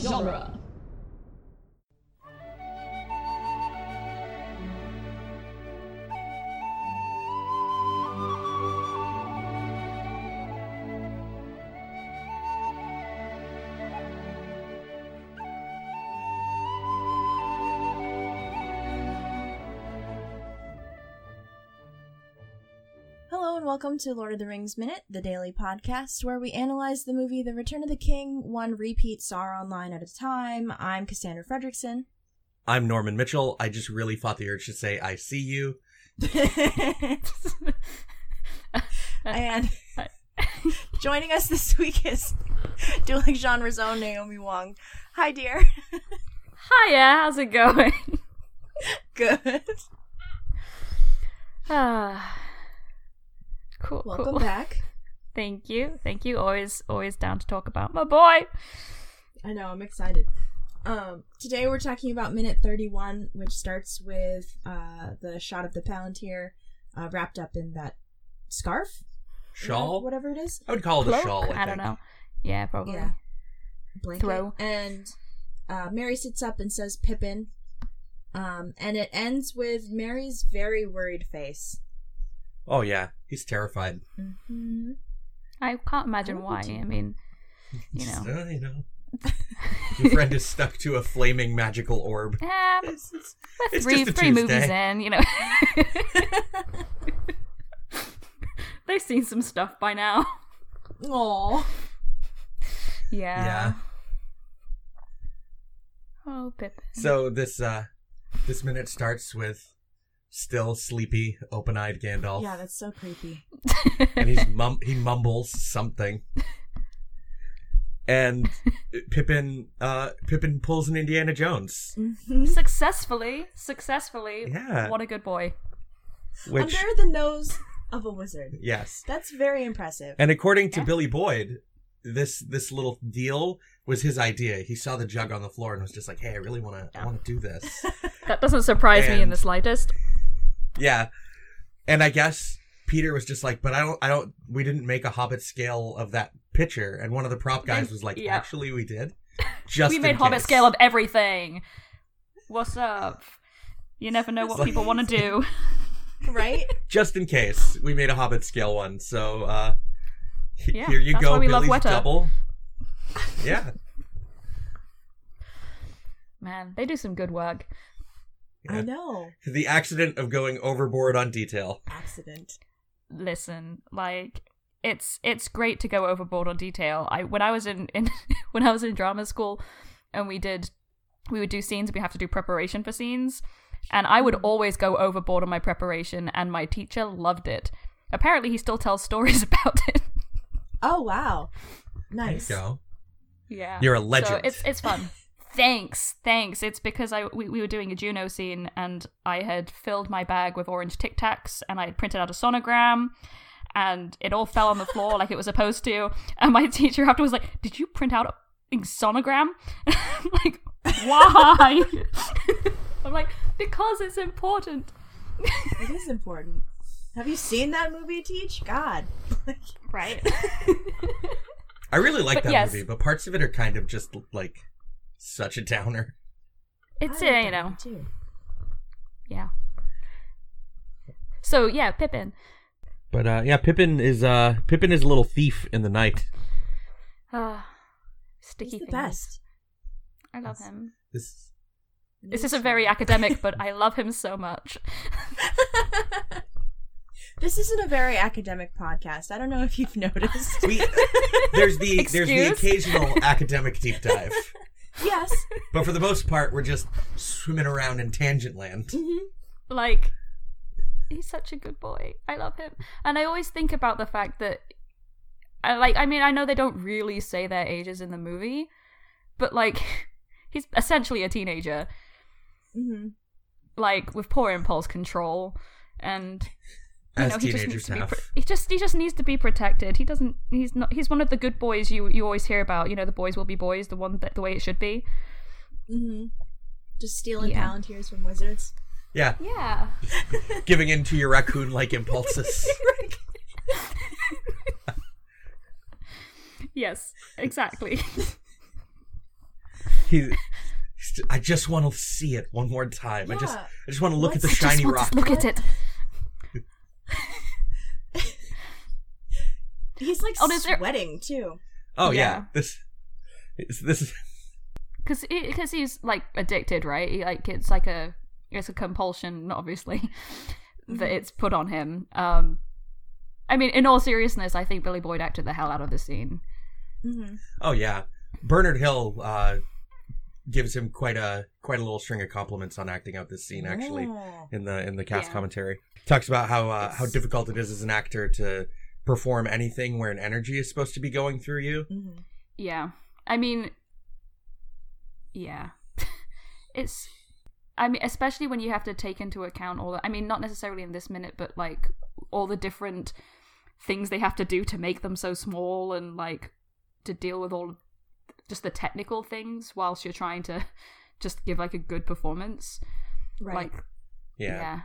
genre. Hello and welcome to Lord of the Rings Minute, the daily podcast where we analyze the movie The Return of the King one repeat star online at a time. I'm Cassandra Fredrickson. I'm Norman Mitchell. I just really fought the urge to say I see you. and joining us this week is dueling genres own Naomi Wong. Hi, dear. Hiya, Ah, how's it going? Good. Ah, cool. Welcome cool. back. Thank you, thank you. Always, always down to talk about my boy. I know, I'm excited. Um, today we're talking about minute 31, which starts with uh, the shot of the Palantir uh, wrapped up in that scarf, Shawl? whatever it is. I would call it a Mm-hmm. Cloak? shawl. I, I, don't think. know. Yeah, probably. Yeah. blanket. Throw. And uh, Mary sits up and says Pippin. Um, and it ends with Mary's very worried face. Oh, yeah. He's terrified. Mm-hmm. I can't imagine Why why. would you- I mean, you Just, know. uh, you know. Your friend is stuck to a flaming magical orb. Yeah, but It's, it's, we're it's three, just a three movies Tuesday. in, you know. They've seen some stuff by now. Aww. Yeah. yeah. Oh, Pippin. So this uh this minute starts with still sleepy, open eyed Gandalf. Yeah, that's so creepy. and he's mum he mumbles something. And Pippin uh Pippin pulls an Indiana Jones. Mm-hmm. successfully, successfully. Yeah. What a good boy. Which Under the nose of a wizard. yes. That's very impressive. And according to Yeah. Billy Boyd, this this little deal was his idea. He saw the jug on the floor and was just like, "Hey, I really want to I Yeah. want to do this." That doesn't surprise me in And- the slightest. yeah. And I guess Peter was just like, "But I don't I don't we didn't make a hobbit scale of that picture." And one of the prop guys was like, Yeah. "Actually, we did." Just we in made Hobbit case." scale of everything. What's up? You never know what It's like- people want to do. Right? Just in case. We made a hobbit scale one. So, uh he- Yeah, here you that's go, why we love Billy's Weta. double. yeah. Man, they do some good work. I Yeah. know. The accident of going overboard on detail. Accident. Listen, like it's it's great to go overboard on detail. I when I was in, in when I was in drama school and we did we would do scenes we have to do preparation for scenes and I would always go overboard on my preparation and my teacher loved it. Apparently he still tells stories about it. Oh, wow. There you Nice. go. Yeah. You're a legend. So it's it's fun. thanks, thanks. It's because I we, we were doing a Juno scene and I had filled my bag with orange Tic Tacs and I had printed out a sonogram and it all fell on the floor like it was supposed to. And my teacher afterwards was like, "Did you print out a f***ing sonogram?" I'm like, why? I'm like, because it's important. It is important. Have you seen that movie, Teach? God. Right. I really like But that yes. movie, but parts of it are kind of just like such a downer. It's I uh, like you that know, one too. yeah. So yeah, Pippin. But uh, yeah, Pippin is uh, Pippin is a little thief in the night. Ah, sticky He's the fingers. best. I love Yes. him. This This isn't very academic, but I love him so much. This isn't a very academic podcast. I don't know if you've noticed. we there's the there's the Excuse? occasional academic deep dive, yes. but for the most part, we're just swimming around in tangent land. Like, he's such a good boy. I love him. And I always think about the fact that, I like, I mean, I know they don't really say their ages in the movie, but like, he's essentially a teenager, hmm like, with poor impulse control. And you As know, he just needs teenagers to be have. pro- he just he just needs to be protected. He doesn't. He's not. He's one of the good boys you you always hear about. You know, the boys will be boys. The one that the way it should be. hmm Just stealing Yeah. palantirs from wizards. yeah, Yeah. giving in to your raccoon-like impulses. Yes. Exactly. He, he's ju- I just want to see it one more time. I just, Yeah. I just want to look at the I just shiny want to rock. Look at it. He's like Oh, is there- sweating too. Oh yeah, Yeah. this, it's, this is because because he's like addicted, right? He, like it's like a it's a compulsion, obviously, that it's put on him. Um, I mean, in all seriousness, I think Billy Boyd acted the hell out of the scene. Mm-hmm. Oh yeah, Bernard Hill uh, gives him quite a quite a little string of compliments on acting out this scene actually in the in the cast Yeah. commentary. Talks about how uh, how It's- difficult it is as an actor to perform anything where an energy is supposed to be going through you. Mm-hmm. Yeah, I mean, yeah, it's. I mean, especially when you have to take into account all. The, I mean, not necessarily in this minute, but like all the different things they have to do to make them so small, and like to deal with all just the technical things whilst you're trying to just give like a good performance. Right. Like, Yeah,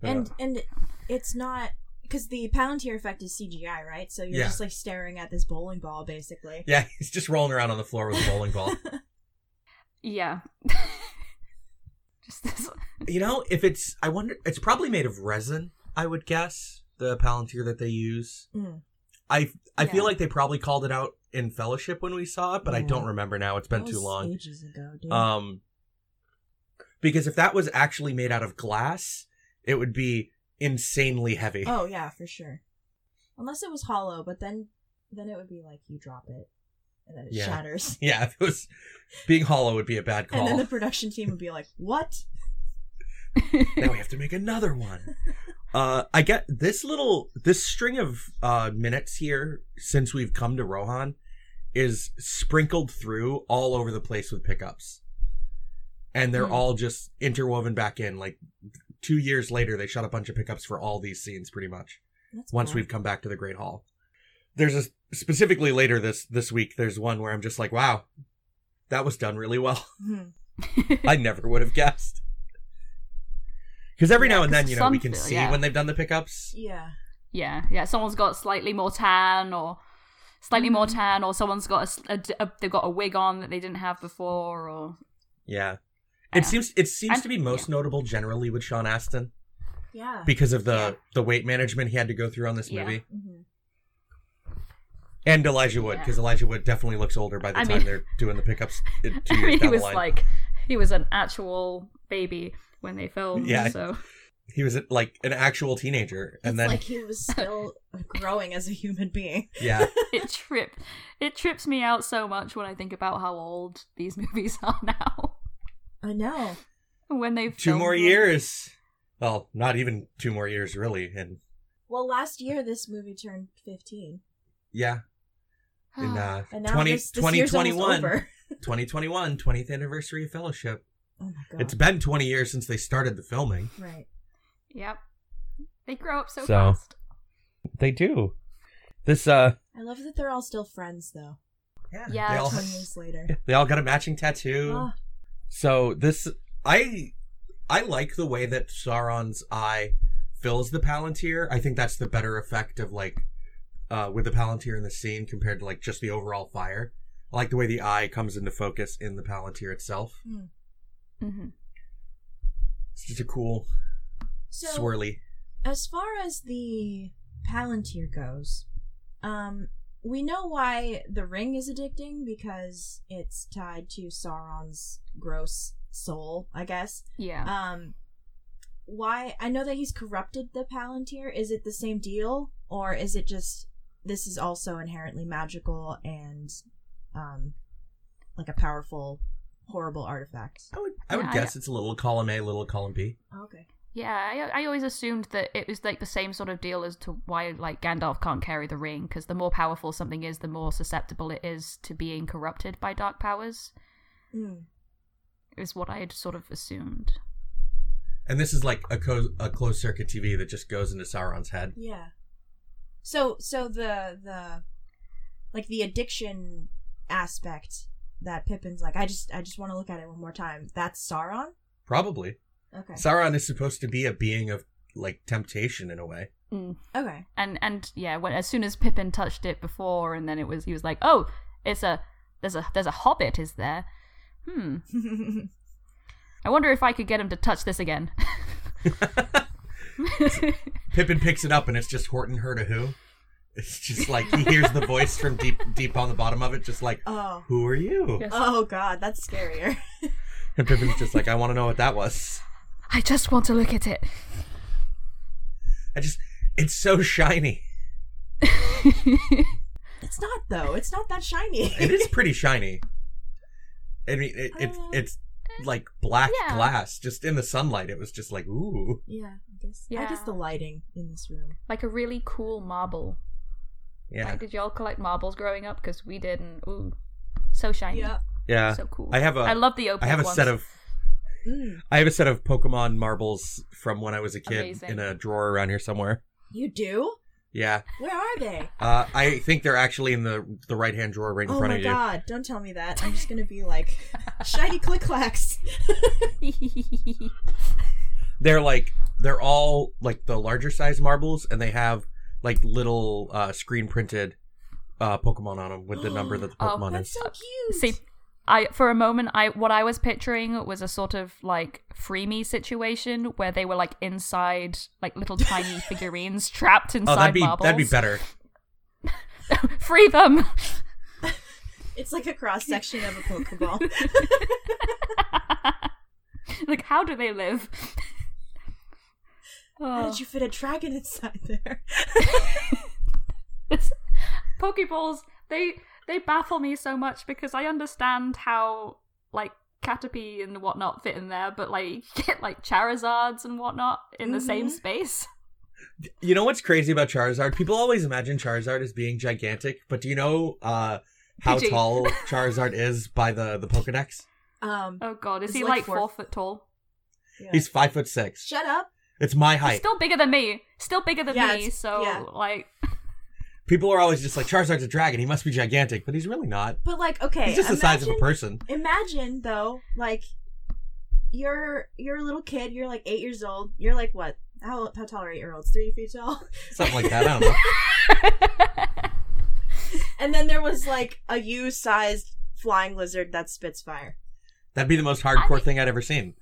yeah, Uh, and and it's not because the Palantir effect is CGI, right? So you're Yeah. just like staring at this bowling ball, basically. yeah, he's just rolling around on the floor with a bowling ball. yeah. just this. you know, if it's I wonder, it's probably made of resin. I would guess the palantir that they use. Mm. I I Yeah. feel like they probably called it out in Fellowship when we saw it, but I Yeah. don't remember now. It's been That too was long. Ages ago, dude. Um, because if that was actually made out of glass, it would be insanely heavy. oh yeah, for sure. Unless it was hollow, but then then it would be like you drop it and then it Yeah. shatters, Yeah, if it was being hollow would be a bad and call. then the production team would be like, "What?" now we have to make another one. Uh, I get this little this string of uh, minutes here since we've come to Rohan is sprinkled through all over the place with pickups, and they're Hmm. all just interwoven back in. Like two years later, they shot a bunch of pickups for all these scenes, pretty much. That's once cool. we've come back to the Great Hall. There's a specifically later this this week. There's one where I'm just like, wow, that was done really well. Mhm. I never would have guessed. Because every Yeah, now and 'cause then, you know, we some can feel- see yeah. when they've done the pickups. yeah, yeah, yeah. Someone's got slightly more tan, or slightly more Mm. tan, or someone's got a s- a, d- a- they've got a wig on that they didn't have before, or Yeah, Yeah. it seems it seems And- to be most notable generally with Sean Astin yeah. because of the Yeah. the weight management he had to go through on this Yeah. movie, Mhm. and Elijah Wood Yeah. because Elijah Wood definitely looks older by the I time mean- they're doing the pickups. uh, I Two years mean, he down the was line. like he was an actual baby when they filmed. Yeah. So he was like an actual teenager, and It's then like he was still growing as a human being. yeah, it trip it trips me out so much when I think about how old these movies are now. I know. When they two filmed more them. years. Well, not even two more years, really. And Well, last year this movie turned 15, yeah, in uh, and now 20, this, this year's almost 2021, over. 2021, 20th anniversary of Fellowship. Oh my god! It's been 20 years since they started the filming. right. Yep. They grow up so, So- fast. They do. This, uh, I love that they're all still friends though. Yeah, they all, it's Twenty ha- years later. they all got a matching tattoo. Ah, So this, I, I like the way that Sauron's eye fills the Palantir. I think that's the better effect of like, uh, with the Palantir in the scene compared to like just the overall fire. I like the way the eye comes into focus in the Palantir itself. hmm. hmm It's just a cool So, swirly. as far as the Palantir goes, um, we know why the ring is addicting because it's tied to Sauron's gross soul, I guess. Yeah. Um, why? I know that he's corrupted the Palantir. Is it the same deal, or is it just this is also inherently magical and, um, like a powerful, horrible artifact? I would, I would Yeah, I- guess it's a little column A, little column B. okay. Yeah, I, I always assumed that it was like the same sort of deal as to why like Gandalf can't carry the ring because the more powerful something is, the more susceptible it is to being corrupted by dark powers. Mm. Is what I had sort of assumed. And this is like a, co- a closed circuit TV that just goes into Sauron's head. Yeah. So so the the like the addiction aspect that Pippin's like I just I just want to look at it one more time. That's Sauron. Probably. Okay. Sauron is supposed to be a being of like temptation in a way. Mm. Okay. And and yeah, when as soon as Pippin touched it before, and then it was he was like, oh, it's a There's a there's a hobbit, is there? Hmm. I wonder if I could get him to touch this again. Pippin picks it up and it's just Horton Her to Who. It's just like he hears the voice from deep deep on the bottom of it, just like, oh. Who are you? Yes. Oh god, that's scarier. And Pippin's just like, I want to know what that was. I just want to look at it. I just, it's so shiny. it's not though. It's not that shiny. It is pretty shiny. I mean, it, it, Uh, it's like black yeah. glass. Just in the sunlight, it was just like, ooh. yeah, I guess. I Yeah. guess the lighting in this room. Like a really cool marble. Yeah. Like, did y'all collect marbles growing up? Because we didn't. Ooh, so shiny. Yeah. So cool. Uh, I have a- I love the open. I have a ones. set of Mm, I have a set of Pokemon marbles from when I was a kid Amazing. in a drawer around here somewhere. you do? Yeah. Where are they? Uh, I think they're actually in the the right hand drawer right in Oh front my of you. god, don't tell me that. I'm just gonna be like shiny click clacks. They're like they're all like the larger size marbles and they have like little uh, screen printed uh, Pokemon on them with the number that the Oh, Pokemon That's is. so cute. See, I for a moment, I what I was picturing was a sort of like free me situation where they were like inside, like little tiny figurines trapped inside Oh, that'd be marbles. that'd be better. Free them. it's like a cross section of a Pokeball. like, how do they live? How Oh. did you fit a dragon inside there? Pokeballs, they they baffle me so much because I understand how like Caterpie and whatnot fit in there, but like you get like Charizards and whatnot in the same Mhm. space. You know what's crazy about Charizard? People always imagine Charizard as being gigantic, but do you know uh, how Pidgey. tall Charizard is by the the Pokédex? Um, Oh god, is It's he like like four, four- foot tall? yeah. He's five foot six. shut up. It's my He's height. still bigger than me. Still bigger than Yeah, me, it's- so yeah. like People are always just like Charizard's a dragon. He must be gigantic, but he's really not. But like, okay, he's just the size of a imagine- person. imagine though like you're you're a little kid you're like eight years old you're like what how, how tall are eight year olds three feet tall Something like that. I don't know. and then there was like a u-sized flying lizard that spits fire That'd be the most hardcore thing I'd ever seen.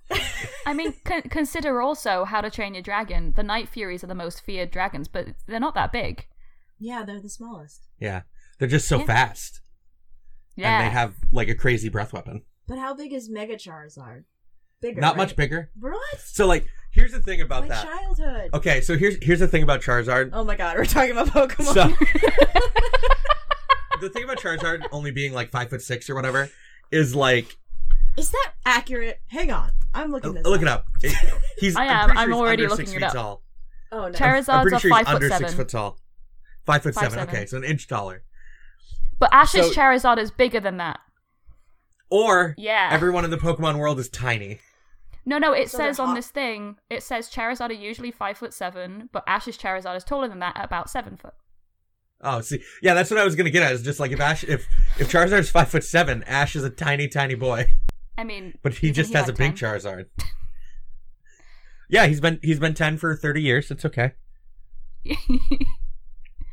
I mean, con- consider also How to Train Your Dragon. The Night Furies are the most feared dragons, but they're not that big. yeah they're the smallest Yeah. They're just so Yeah. fast. Yeah, And they have like a crazy breath weapon. but how big is mega charizard bigger Not right? much bigger. what So like here's the thing about my that. childhood Okay, so here's here's the thing about Charizard. oh my god we're talking about pokemon So the thing about Charizard only being like five foot six or whatever is like is that accurate hang on i'm looking this look up. it up. It- he's I am. I'm, pretty I'm sure he's already under looking six it feet up. tall. oh no Charizard- I'm Charizard's pretty are sure he's five foot under six seven. foot tall. Five foot Five seven. seven. Okay, so an inch taller. but Ash's So- Charizard is bigger than that. Or Yeah. everyone in the Pokemon world is tiny. No, no, it So they're says on hot. this thing, it says Charizard are usually five foot seven, but Ash's Charizard is taller than that, at about seven foot. Oh, see, yeah, that's what I was gonna get at. Is just like if Ash, if if Charizard's five foot seven, Ash is a tiny, tiny boy, I mean, but he isn't just has like a big 10? Charizard. yeah, he's been he's been ten for thirty years. It's okay.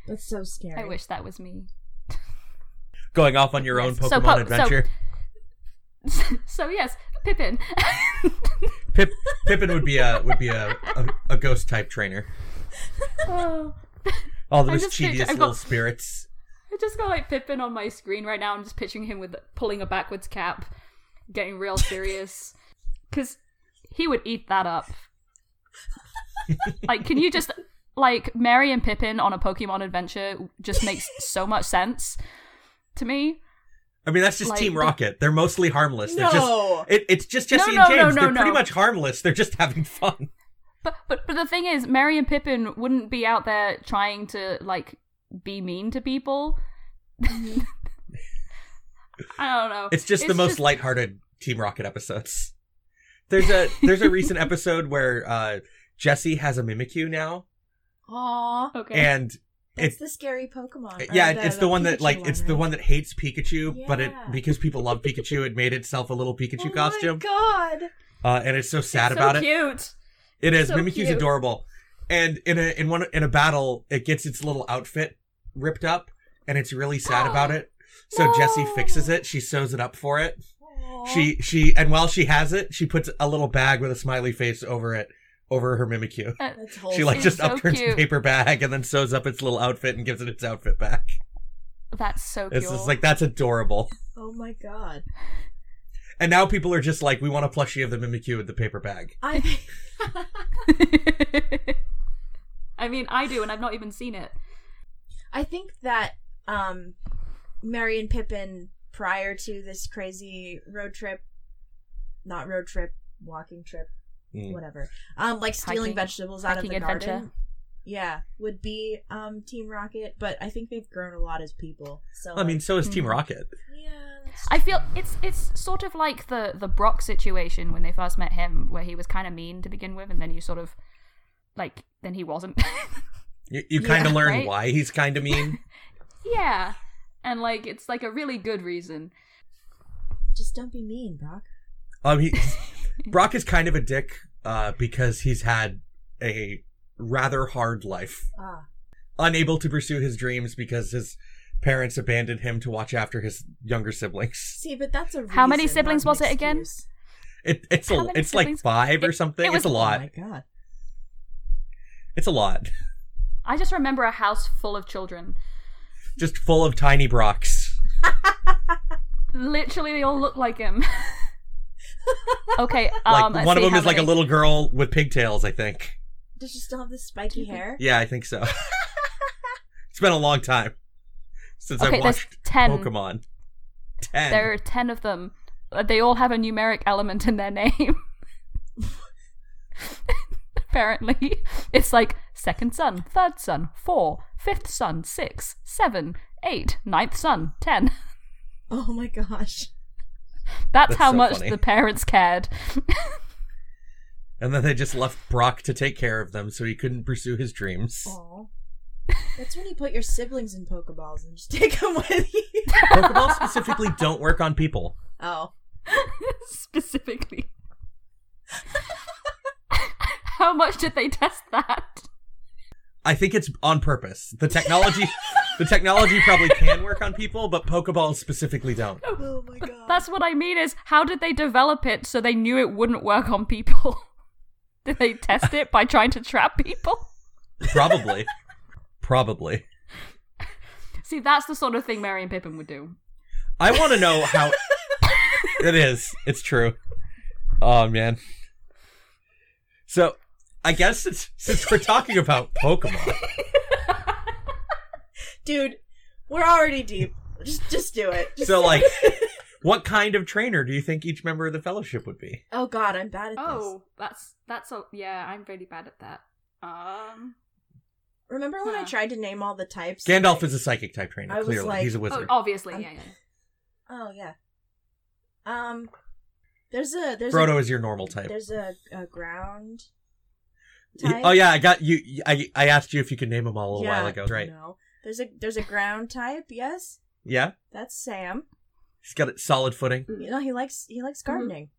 that's so scary I wish that was me. Going off on your own Yes. Pokemon So, po- so- adventure. so yes, Pippin. Pip, Pippin would be a would be a a, a ghost type trainer. oh, All the I'm just picture- mischievous I've got- little spirits. I just got like Pippin on my screen right now. I'm just picturing him with pulling a backwards cap, getting real serious, because he would eat that up. like, can you just like Mary and Pippin on a Pokemon adventure just makes so much sense to me. I mean, that's just Like Team the- Rocket. They're mostly harmless. They're No. just it, it's just no, Jesse and no, James. no, They're no. pretty much harmless. They're just having fun. But but but the thing is, Mary and Pippin wouldn't be out there trying to like be mean to people. I don't know. Mm-hmm. It's just the most lighthearted Team Rocket episodes. There's a there's a recent episode where uh Jesse has a Mimikyu now, Aw. okay. and That's It- the scary Pokemon. or yeah, it's the, one that Pikachu like it's the right? one that hates Pikachu, but it Yeah. because people love Pikachu, it made itself a little Pikachu oh costume, My God. uh, and it's so sad It's so about it. Cute. It is So Mimikyu's cute. adorable, and in a in one in a battle, it gets its little outfit ripped up, and it's really sad about it. So No. Jessie fixes it. She sews it up for it. She Oh. she and while she has it, she puts a little bag with a smiley face over it over her Mimikyu. That's wholesome. She like It's just Oh, so upturns the cute. paper bag and then sews up its little outfit and gives it its outfit back. That's so It's pure. just like that's adorable. oh my god. And now people are just like, we want a plushie of the Mimikyu with the paper bag. I I mean, I do, and I've not even seen it. I think that um Mary and Pippin prior to this crazy road trip not road trip, walking trip, Mm. whatever. Um like stealing Hiking- vegetables out of hiking the adventure. garden. Yeah, would be um Team Rocket, but I think they've grown a lot as people. So I mean, like, so is Team Mm. Rocket. yeah. that's- I feel it's it's sort of like the the Brock situation when they first met him, where he was kind of mean to begin with, and then you sort of like then he wasn't. You, you kind of Yeah, learn right? why he's kind of mean. yeah, and like it's like a really good reason. Just don't be mean, Brock. Um, he, Brock is kind of a dick uh, because he's had a rather hard life, Ah. unable to pursue his dreams because his parents abandoned him to watch after his younger siblings. See, but that's a How many reason, siblings not an was it again? excuse. It, it's How a, many it's like siblings? five or It- something. it was- it's a Oh my lot. god. It's a lot. I just remember a house full of children. Just full of tiny Brocks. Literally, they all look like him. okay, Like um, let's one of see them how is like a many- little girl with pigtails. I think. Does she still have the spiky Stupid. hair? Yeah, I think so. it's been a long time since Okay, I there's watched ten. Pokemon. Ten. There are ten of them. Uh, They all have a numeric element in their name. Apparently, it's like second son, third son, four, fifth son, six, seven, eight, ninth son, ten. Oh my gosh. That's, That's how so much funny. the parents cared. And then they just left Brock to take care of them so he couldn't pursue his dreams. Oh. Aw. That's when you put your siblings in Pokeballs and just take them with you. Pokeballs specifically don't work on people. Oh. Specifically. how much did they test that? I think it's on purpose. The technology the technology probably can work on people, but Pokeballs specifically don't. Oh my god. That's what I mean is how did they develop it so they knew it wouldn't work on people? did they test it by trying to trap people? Probably. Probably. See, that's the sort of thing Mary and Pippin would do. I want to know how it is. It's true. Oh man. So, I guess since, since we're talking about Pokemon, Dude, we're already deep. Just just do it. Just- so like, what kind of trainer do you think each member of the Fellowship would be? oh god, I'm bad at this. Oh, that's that's a yeah. I'm really bad at that. Um. Remember when I Huh. tried to name all the types? Gandalf is a psychic type trainer. I was Clearly, like- he's a Oh, wizard. obviously, Um, yeah, yeah. Oh yeah. Um there's a there's a, Frodo is your normal type. there's a, a ground Y- type. Oh yeah, I got you. I I asked you if you could name them all a little Yeah, while ago. Right? No. There's a there's a ground type, yes. Yeah, That's Sam. he's got a solid footing. Mm. You know, he likes he likes gardening.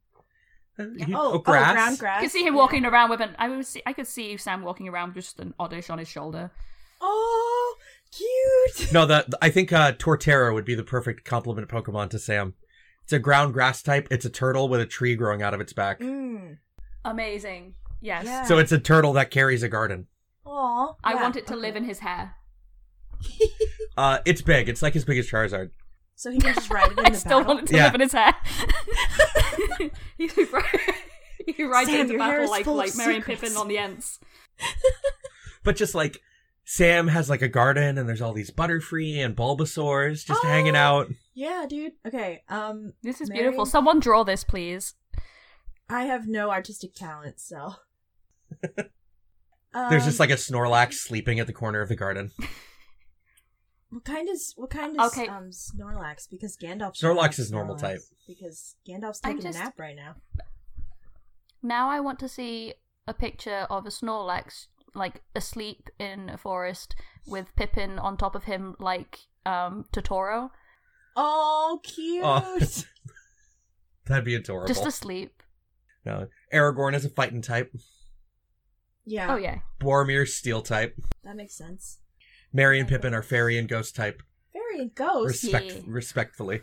Uh, Yeah. he- Oh, grass. oh, ground I grass. could Mm-hmm. see him Yeah. walking around with an. I would see. I could see Sam walking around with just an oddish on his shoulder. Oh, cute. No, the, the- I think uh, Torterra would be the perfect complement Pokemon to Sam. It's a ground grass type. It's a turtle with a tree growing out of its back. Mm. Amazing. Yes. Yeah. So it's a turtle that carries a garden. Aw. I yeah, want it to okay. live in his hair. Uh, it's big. It's like as big as Charizard. So he can just ride it in the I still battle? want it to Yeah. live in his hair. he, he rides Sam, into your hair battle is like full of like Mary and secrets. Pippin on the Ents. But just like Sam has like a garden, and there's all these Butterfree and Bulbasaur's just Oh. hanging out. Yeah, dude. Okay. Um, This is Mary- beautiful. Someone draw this, please. I have no artistic talent, so. um, There's just like a Snorlax sleeping at the corner of the garden. what kind is what kind is Okay. um Snorlax because Gandalf. Snorlax is normal type. because Gandalf's I'm taking just- a nap right now. Now I want to see a picture of a Snorlax like asleep in a forest with Pippin on top of him like um Totoro. Oh, cute. Oh, That'd be adorable. Just asleep. No, Aragorn is a fighting type. yeah. Oh yeah. Boromir's steel type. That makes sense. Merry and Pippin are fairy and ghost type. Fairy Valyrian Oh, ghosts, Respect, Yeah. respectfully.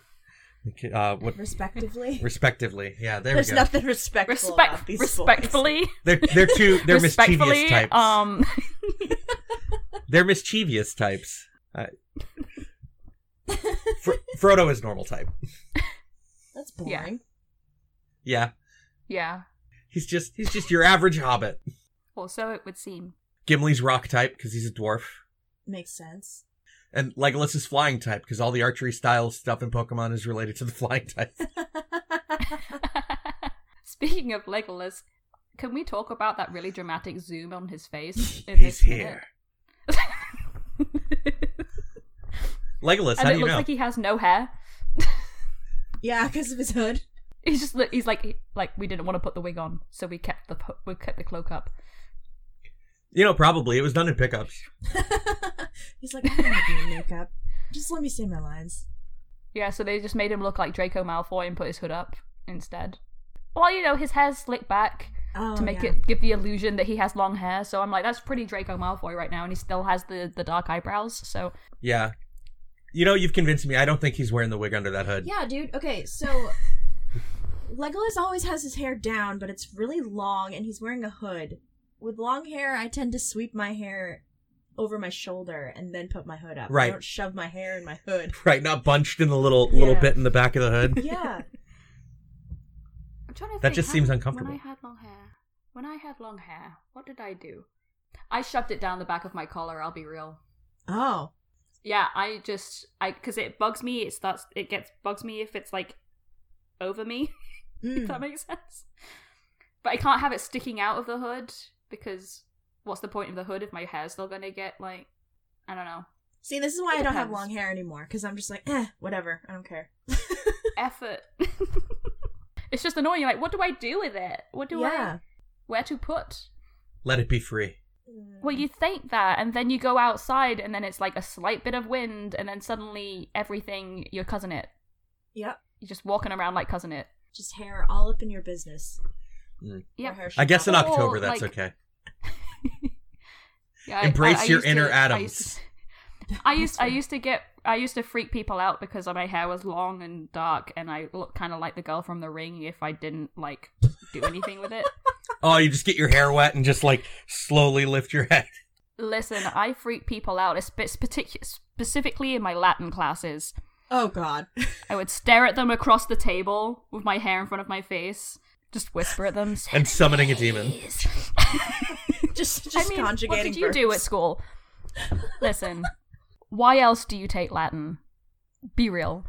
Okay, Uh, what? respectively. Respectively. Yeah, there There's we go. nothing respectful about Respect, these boys. respectfully, They're they're too they're mischievous respectfully. types. Um, They're mischievous types. Uh, Fro- Frodo is normal type. That's Yeah. boring. Yeah, yeah. he's just he's just your average hobbit. Or so it would seem. Gimli's rock type because he's a dwarf, Makes sense. and Legolas is flying type because all the archery style stuff in Pokemon is related to the flying type. Speaking of Legolas, can we talk about that really dramatic zoom on his face? in he's this minute? here. Legolas, and how it do you looks know? like he has no hair. yeah, because of his hood. He's just li- he's like like we didn't want to put the wig on, so we kept the po- we kept the cloak up. You know, probably it was done in pickups. He's like, I don't want to be in makeup. Just let me say my lines. Yeah, so they just made him look like Draco Malfoy and put his hood up instead. Well, you know, his hair's slicked back Oh, to make yeah. it give the illusion that he has long hair. So I'm like, that's pretty Draco Malfoy right now, and he still has the the dark eyebrows. So Yeah. You know, you've convinced me. I don't think he's wearing the wig under that hood. Yeah, dude. Okay, so Legolas always has his hair down, but it's really long, and he's wearing a hood. With long hair, I tend to sweep my hair over my shoulder and then put my hood up. I Right. don't shove my hair in my hood. Right, not bunched in the little little Yeah. bit in the back of the hood. Yeah. I'm trying to That think, just how seems did- uncomfortable. When I had long hair, when I had long hair, what did I do? I shoved it down the back of my collar. I'll be real. oh. Yeah, I just I because it bugs me. It starts. It gets bugs me if it's like over me. If that Mm. makes sense. But I can't have it sticking out of the hood because what's the point of the hood if my hair's still gonna get like I don't know See, this is why I don't have Depends. long hair anymore, because I'm just like, eh, whatever. I don't care. effort. it's just annoying. You're like, what do I do with it? What do I yeah. where to put? Let it be free. Mm. Well, you think that, and then you go outside, and then it's like a slight bit of wind, and then suddenly everything you're cousin it. Yep. You're just walking around like cousin it. Just hair all up in your business. Yeah. Or hair should I guess in not- Or, October that's like- okay. Yeah, Embrace your used inner I used, to, I used I That's used to get I used to freak people out because my hair was long and dark, and I looked kind of like the girl from The Ring if I didn't like do anything with it. Oh, you just get your hair wet and just like slowly lift your head. Listen, I freak people out, it's it's partic- specifically in my Latin classes. Oh, God. I would stare at them across the table with my hair in front of my face, just whisper at them. And summoning a demon. "Please." just just I mean, what conjugating did you do at verbs. school? Listen, why else do you take Latin? Be real.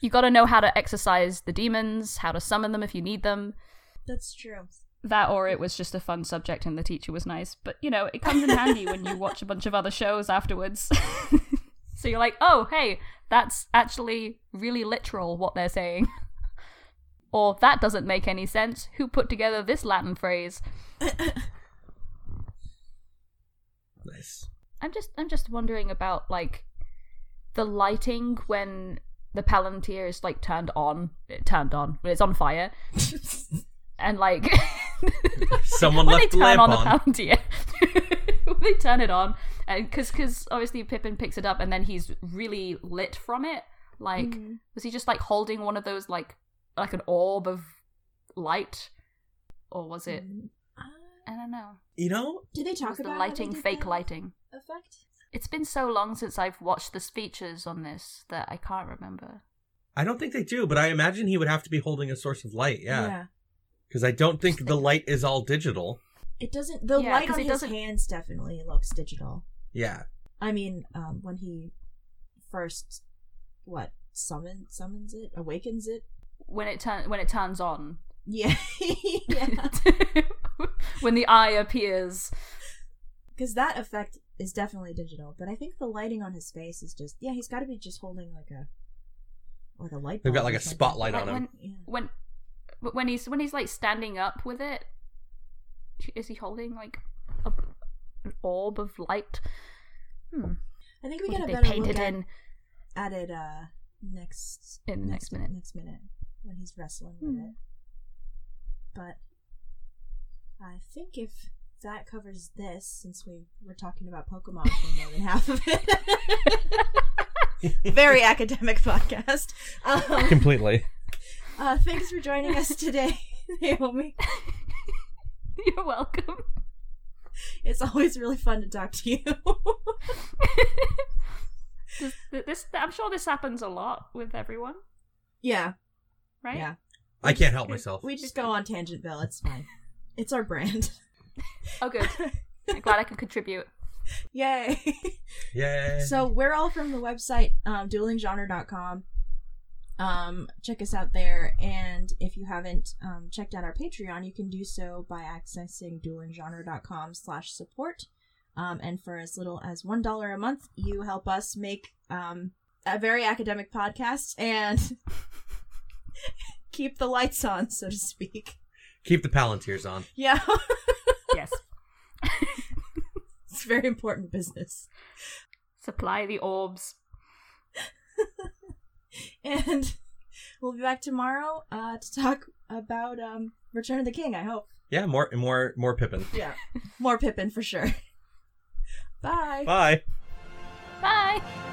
You got to know how to exercise the demons, how to summon them if you need them. That's true. That, or it was just a fun subject and the teacher was nice. But you know, it comes in handy when you watch a bunch of other shows afterwards. so you're like, oh, hey, that's actually really literal what they're saying. Or that doesn't make any sense. Who put together this Latin phrase? Nice. I'm just I'm just wondering about like the lighting when the palantir is like turned on, it turned on, when it's on fire, and like Someone when they left the turn lamp on on. the palantir, when they turn it on, and because obviously Pippin picks it up and then he's really lit from it. Like Mhm. was he just like holding one of those like like an orb of light, or was it? I don't know. you know, Do Uh, they Mm. talk was the about how they lighting did fake that lighting? effect? It's been so long since I've watched the features on this that I can't remember. I don't think they do, but I imagine he would have to be holding a source of light. Yeah, because I don't think the light is all digital. It doesn't. The Yeah, light 'cause on it his doesn't- hands definitely looks digital. Yeah, I mean, um, when he first what summon summons it, awakens it. When it turn when it turns on, Yeah, yeah. when the eye appears, Because that effect is definitely digital, but I think the lighting on his face is just yeah. He's got to be just holding like a like a light. they've got bulb like or a something. spotlight Like on him. Yeah. when but when he's when he's like standing up with it, is he holding like a, an orb of light? Hmm. I think we What get did a they better paint look it at, in? at it uh, next In the next minute. next minute when he's wrestling with Hmm. it. But I think if that covers this, since we were talking about Pokemon for more than half of it, very academic podcast. Um, completely. uh, thanks for joining us today, Naomi. You're welcome. It's always really fun to talk to you. This, this, I'm sure this happens a lot with everyone, yeah, right? yeah. I can't help myself. We just go on tangent, Bill. It's fine. It's our brand. Oh, good. I'm glad I can contribute. Yay. Yay. so we're all from the website um, duelinggenre.com. Um, check us out there. And if you haven't um, checked out our Patreon, you can do so by accessing duelinggenre.com slash support. Um, and for as little as $1 a month, you help us make um, a very academic podcast and keep the lights on, so to speak. Keep the Palantirs on. Yeah. Yes. it's very important business. Supply the orbs. And we'll be back tomorrow uh, to talk about um, Return of the King, I hope. Yeah, more more more Pippin. Yeah. More Pippin for sure. Bye. Bye. Bye.